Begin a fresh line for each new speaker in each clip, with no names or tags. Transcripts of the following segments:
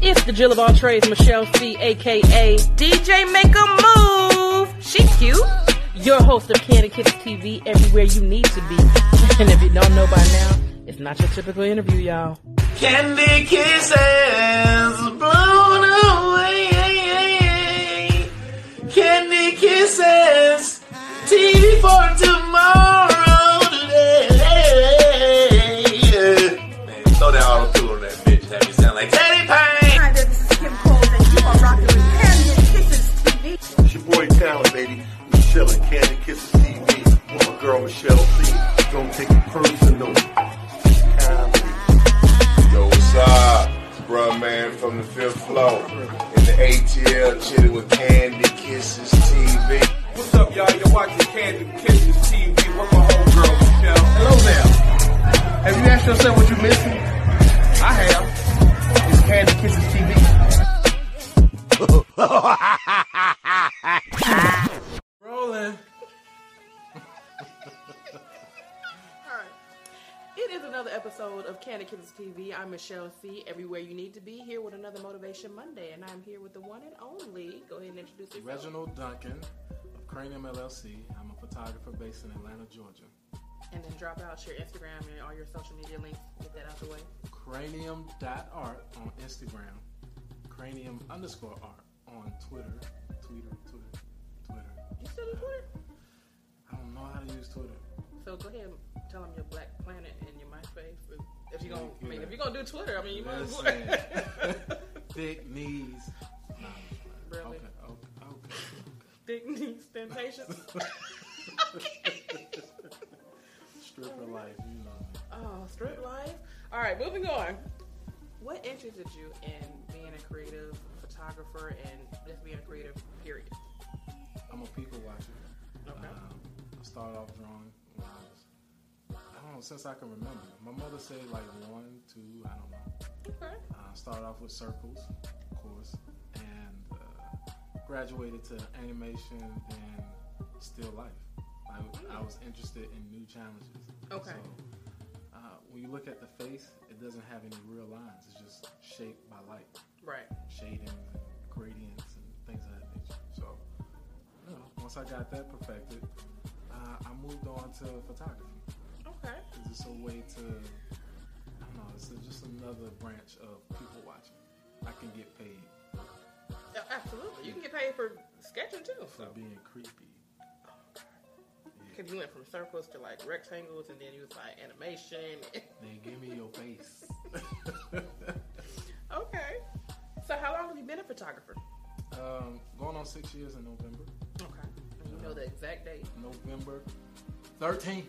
It's the Jill of all trades, Michelle C, aka
DJ make a move. She cute.
your host of Candy Kicks TV, everywhere you need to be. And if you don't know by now, it's not your typical interview, y'all.
Candy kisses blown away. Candy kisses. TV for tomorrow today. Man, throw that auto tune on that bitch. Have me sound like Teddy Payne.
Hi there, this is Kim Cole, and you are rocking with Candy and Kisses TV.
It's your boy Talent, baby. Michelle and Candy Kisses TV. With my girl Michelle C. Don't take it personal. Kindly.
Yo, what's up? It's Bruh man from the fifth floor. In the ATL, chilling with Candy Kisses TV.
What's up, y'all? You're watching Candy Kisses TV with my homegirl, Michelle. Hello there. Have you asked yourself what you're missing? I have. It's Candy Kisses TV. Rolling.
It is another episode of Candy Kisses TV. I'm Michelle C, everywhere you need to be, here with another Motivation Monday. And I'm here with the one and only. Go ahead and introduce yourself.
Reginald Duncan of Cranium LLC. I'm a photographer based in Atlanta, Georgia.
And then drop out your Instagram and all your social media links. Get that out the way.
Cranium.art on Instagram. Cranium underscore art on Twitter. Twitter, Twitter, Twitter.
You still on Twitter?
I don't know how to use Twitter.
So go ahead and tell them your Black Planet and your MySpace. If- If you're gonna, I mean,
Yeah.
if you're gonna do Twitter, I mean, you might as well.
Listen. Thick knees.
Really?
Okay, okay, okay.
Thick knees, temptations.
Stripper life, you know.
Oh, strip life. All right, moving on. What interested you in being a creative photographer and just being a creative? Period.
I'm a people watcher.
Okay.
Um, I started off drawing when I was, I don't know, since I can remember. My mother said like one, two, I don't know.
Okay.
Uh, started off with circles, of course, and uh, graduated to animation and still life. I, I was interested in new challenges.
Okay.
So, uh, when you look at the face, it doesn't have any real lines. It's just shaped by light,
Right.
shadings and gradients and things of that nature. So, you know, once I got that perfected, uh, I moved on to photography.
Okay.
It's just a way to, I don't know, it's just another branch of people watching. I can get paid
Yeah, absolutely. You can get paid for sketching too.
for
So,
being creepy.
because you went from circles to like rectangles, and then you was like animation.
Then give me your face.
okay. So, how long have you been a photographer?
um, going on six years in November.
Okay. And you know the exact date.
November 13th.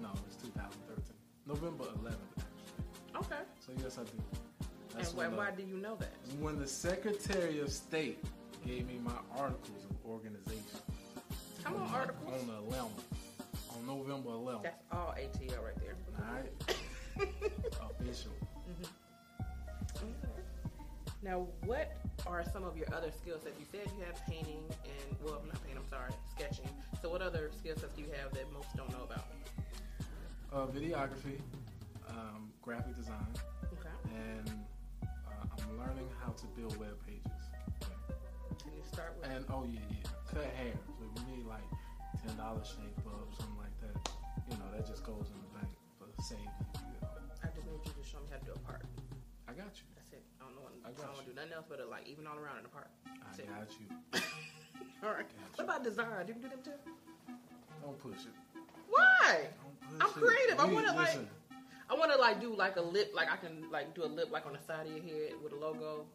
No, it's 2013. November 11th, actually.
Okay.
So, yes, I do. That's
and why,
when
why
the-
do you know that?
When the Secretary of State gave me my articles of organization
Come on, articles.
on the 11th, on November 11th,
That's all ATL right there.
all right, official.
Now, what are some of your other skill sets? You said you have painting and, well, not painting, I'm sorry, sketching. So, what other skill sets do you have that most don't know about?
Uh, videography, um, graphic design,
Okay.
and uh, I'm learning how to build web pages.
Can you start with?
And oh yeah, yeah, cut hair. So if you need like ten dollars shape up, something like that, you know that just goes in the bank for saving. You know.
I just need you to show me how to do a part.
I got you.
That's it. I don't know. What, I,
I got
don't want to
you.
do nothing else but uh, like even all around in the part.
I
That's it.
got you.
All right. What about design? You can do them too.
Don't push it.
Why?
Don't
I'm
push it.
creative. I
You-
wanna, like-
listen,
I want to like do like a lip, like I can like do a lip like on the side of your head with a logo.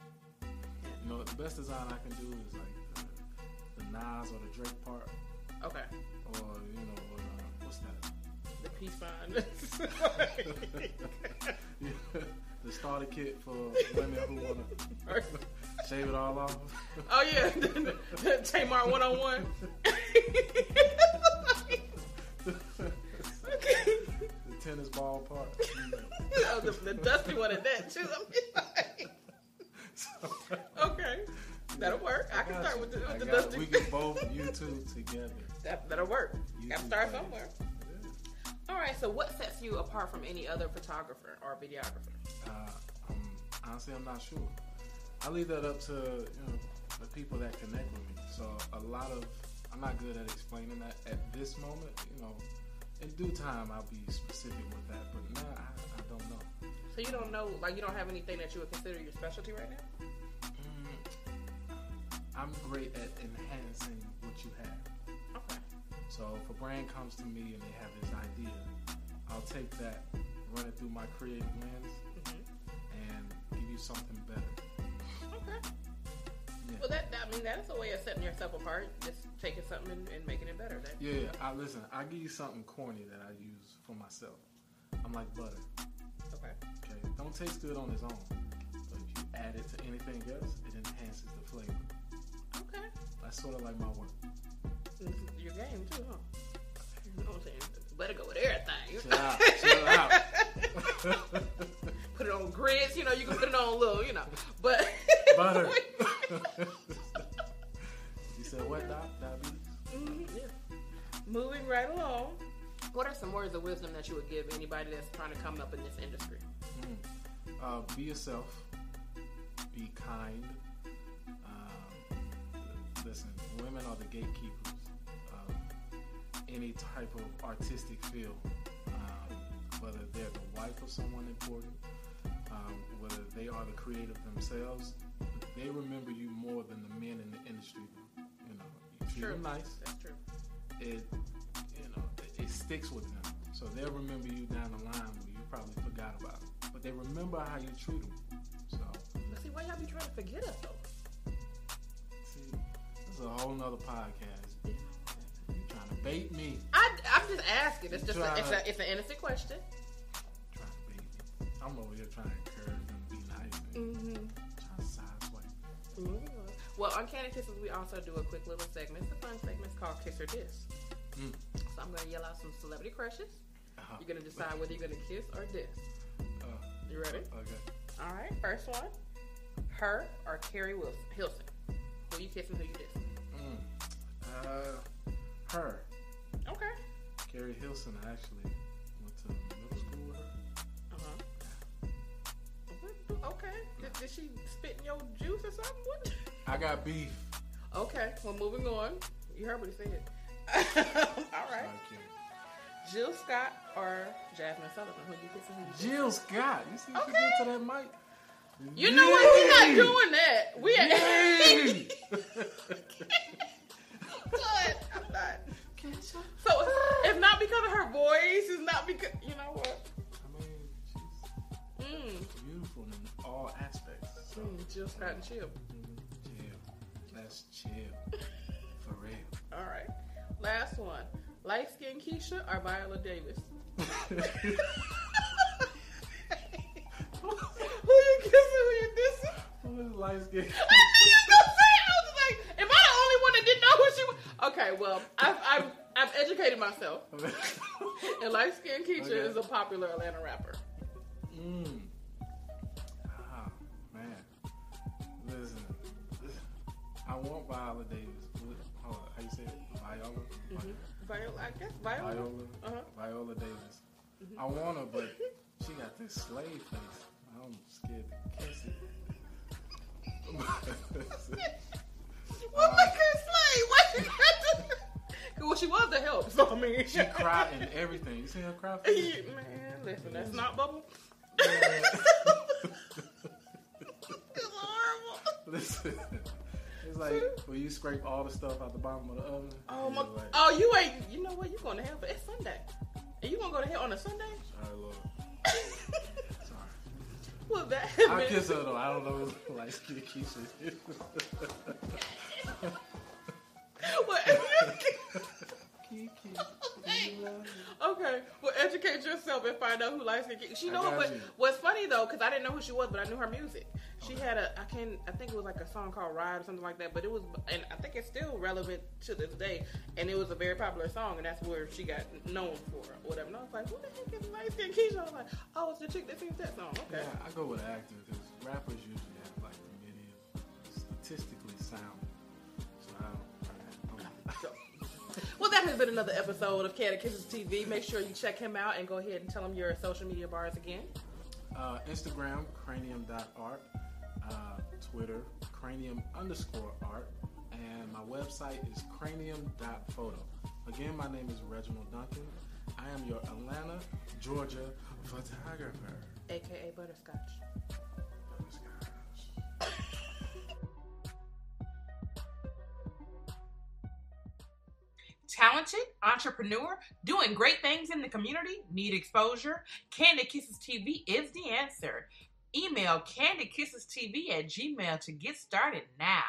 You know the best design I can do is like the, the Nas or the Drake part,
Okay.
or you know uh, what's that?
The peace sign.
the starter kit for women who want to shave it all off.
oh yeah, Tamar one on one.
the tennis ball part. you know.
Oh, The the dusty one at that too. I'm like, okay, that'll work. I can
Got
start
you.
with the,
I
with the
got it.
dusty.
We can both you two together.
That, that'll work.
You
Got to
two
start
can.
somewhere. All right. So, what sets you apart from any other photographer or videographer?
Uh, um, honestly, I'm not sure. I leave that up to you know the people that connect with me. So a lot of I'm not good at explaining that at this moment. You know, in due time I'll be specific with that. But now I, I don't know.
So you don't know, like you don't have anything that you would consider your specialty right now.
Mm-hmm. I'm great at enhancing what you have.
Okay.
So if a brand comes to me and they have this idea, I'll take that, run it through my creative lens,
Mm-hmm.
and give you something better.
Okay.
Yeah.
Well, that, that I mean, that's a way of setting yourself apart. Just taking something and, and making it better. That,
Yeah, I listen. I give you something corny that I use for myself. I'm like butter.
Okay.
Okay, it don't taste good on its own, but if you add it to anything else, it enhances the flavor.
Okay.
That's sort of like my work.
This is Your game too, huh? You know what I'm saying? Better go with everything.
Chill out, chill out.
put it on grids. You know, you can put it on little. You know, but
Butter. you said what, Doc? Diabetes?
Yeah. Moving right along. What are some words of wisdom that you would give anybody that's trying to come up in this industry?
Uh, be yourself. Be kind. Um, listen, women are the gatekeepers of any type of artistic field, um, whether they're the wife of someone important, um, whether they are the creative themselves. They remember you more than the men in the industry. do. You know, you treat them nice
That's true.
it you know it, it sticks with them. So they'll remember you down the line when you probably forgot about them, but they remember how you treat them. So
But see, why y'all be trying to forget us though?
see, this is a whole nother podcast. You trying to bait me?
I, I'm just asking. It's
You
just a,
tryna-
it's, a, it's an innocent question.
Trying to bait me? I'm over here trying to encourage and be nice and
Mm-hmm.
trying to sideswipe.
Well, on Candy Kisses, we also do a quick little segment. It's a fun segment. It's called Kiss or Diss. So I'm going to yell out some celebrity crushes.
Uh-huh.
You're going to decide whether you're going to kiss or diss.
Uh,
You ready?
okay.
All right. First one. Her or Carrie Wilson, Hilson. Who you kissing? Who you dissing?
Uh, her,
Okay.
Carrie Hilson. I actually went to middle school with her.
Uh huh. Okay. Did, did she spit in your juice or something? What?
I got beef.
Okay. Well, moving on. You heard what he said. All
Like,
right.
yeah.
Jill Scott or Jasmine Sullivan? Who you kissing? Who you dissing?
Jill Scott. You see what
Okay.
you did to that mic?
You know what? We're not
Yay!
doing that. We ain't.
Yay!
Good. I'm not. So it's not because of her voice. It's not because you know what.
I mean, she's beautiful in all aspects. So,
Mm, Jill Scott and Chip.
chill. That's chill. For real.
All right. Last one. Light skinned Keisha or Viola Davis? who you kissing? Who you dissing?
Who is light skin?
I knew you was gonna say. it. I was like, am I the only one that didn't know who she was? Okay, well, I've I've, I've educated myself. And light skinned Keisha
Okay.
is a popular Atlanta rapper.
mm. Ah, man. Listen. I want Viola Davis. What- Hold on. How you say it? Viola?
Mm-hmm. Viola, I guess Viola.
Viola.
Uh-huh. Mm-hmm.
Viola Davis. I want her, but she got this slave face. I'm scared to kiss it.
What was Chris Slade? Why she got to- Well, she was the help. So I mean,
she cried and everything. You see her cry? for me?
man, listen, that's not bubble. It's horrible.
Listen, it's like when you scrape all the stuff out the bottom of the oven.
Oh
and
my!
you're Like,
Oh, you ain't. You know what? You going to hell? But it's Sunday, and you gonna go to hell on a Sunday?
Sorry, Lord. Sorry.
Well, that.
I kiss her though. I don't know what like skin Keisha. is.
Well,
Kiki.
okay. Well, educate yourself and find out who likes it. She
I
know
got
what?
you.
What's funny though, because I didn't know who she was, but I knew her music. She had a. I can. I think it was like a song called Ride or something like that. But it was, and I think it's still relevant to this day. And it was a very popular song, and that's where she got known for or whatever. And I was like, who the heck is light skin Keisha? I was like, oh, it's the chick that sings that song.
Yeah,
Okay.
I go with actor because rappers usually have like the medium statistically sound. So I don't. I don't
Well, that has been another episode of Catechisms TV. Make sure you check him out and go ahead and tell him your social media bars again.
uh, Instagram, cranium.art. Uh, Twitter, cranium underscore art, and my website is cranium.photo. Again, my name is Reginald Duncan. I am your Atlanta, Georgia photographer.
AKA Butterscotch. Talented, entrepreneur, doing great things in the community, need exposure? Candid Kisses TV is the answer. Email candidkissestv at gmail to get started now.